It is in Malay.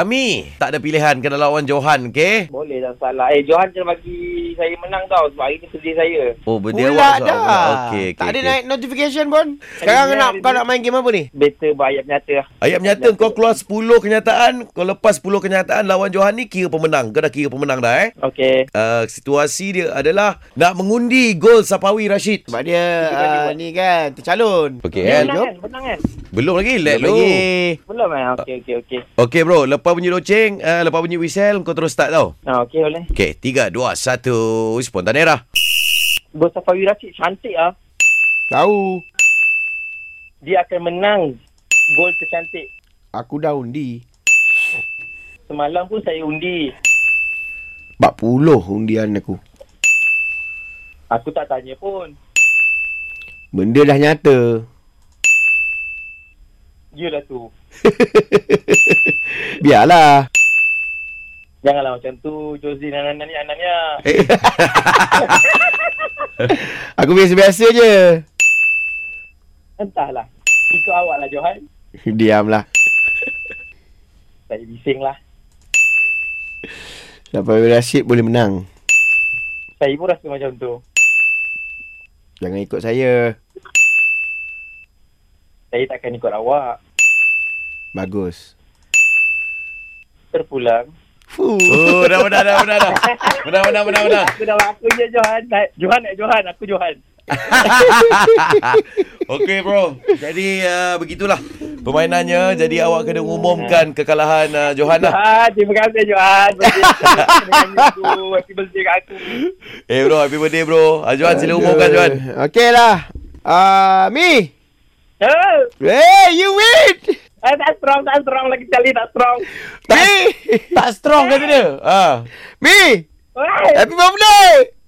Jami, tak ada pilihan kena lawan Johan, okey? Boleh tak salah. Eh, Johan kena bagi saya menang tau. Sebab hari ni kerja saya. Oh, berdia awak. Pula dah. Okey, okey. tak ada okey. naik notification pun. Sekarang Ada nak dia. kau nak main game apa ni? Better bayar penyata lah. Ayat menyata kau keluar 10 kenyataan, kau lepas 10 kenyataan lawan Johan ni kira pemenang. Kau dah kira pemenang dah eh. Okey. Uh, situasi dia adalah nak mengundi gol Sapawi Rashid. Sebab dia Kita uh, buat. ni kan tercalon. Okey eh. Eh, menang jom. kan? Menang kan? Belum lagi, let Belum lu. lagi. Belum kan? Okey, okey, okey. Okey bro, lepas bunyi loceng, uh, lepas bunyi whistle kau terus start tau. Ha, okey boleh. Okey, 3 2 1 spontan era. Gol Safawi Rashid cantik ah. Tahu. Dia akan menang gol tercantik. Aku dah undi. Semalam pun saya undi. 40 undian aku. Aku tak tanya pun. Benda dah nyata. Yelah Ya lah tu. Biarlah. Janganlah macam tu. Jozin anak-anak ni anaknya. Eh. Aku biasa-biasa je. Entahlah. Ikut awak lah Johan. Diamlah. Saya bising lah. Sampai Rashid boleh menang. Saya pun rasa macam tu. Jangan ikut saya. Saya takkan ikut awak. Bagus. Terpulang. Fuh. Oh, dah dah dah dah dah. Dah dah dah dah. Aku dah aku je Johan. Naik- Johan nak Johan. Aku Johan. Okey bro. Jadi uh, begitulah permainannya. Jadi awak kena umumkan kekalahan uh, Johan lah. Johan. Terima kasih Johan. Terima kasih. Happy birthday kat aku. Eh bro, happy birthday bro. Ah, Johan sila umumkan Johan. Okey lah. Ah, Mi. Eh, Hey, you win. eh, tak strong. Tak strong lagi sekali. Tak strong. Mi. Tak strong kata dia. Ah. Mi. Oi. Happy birthday.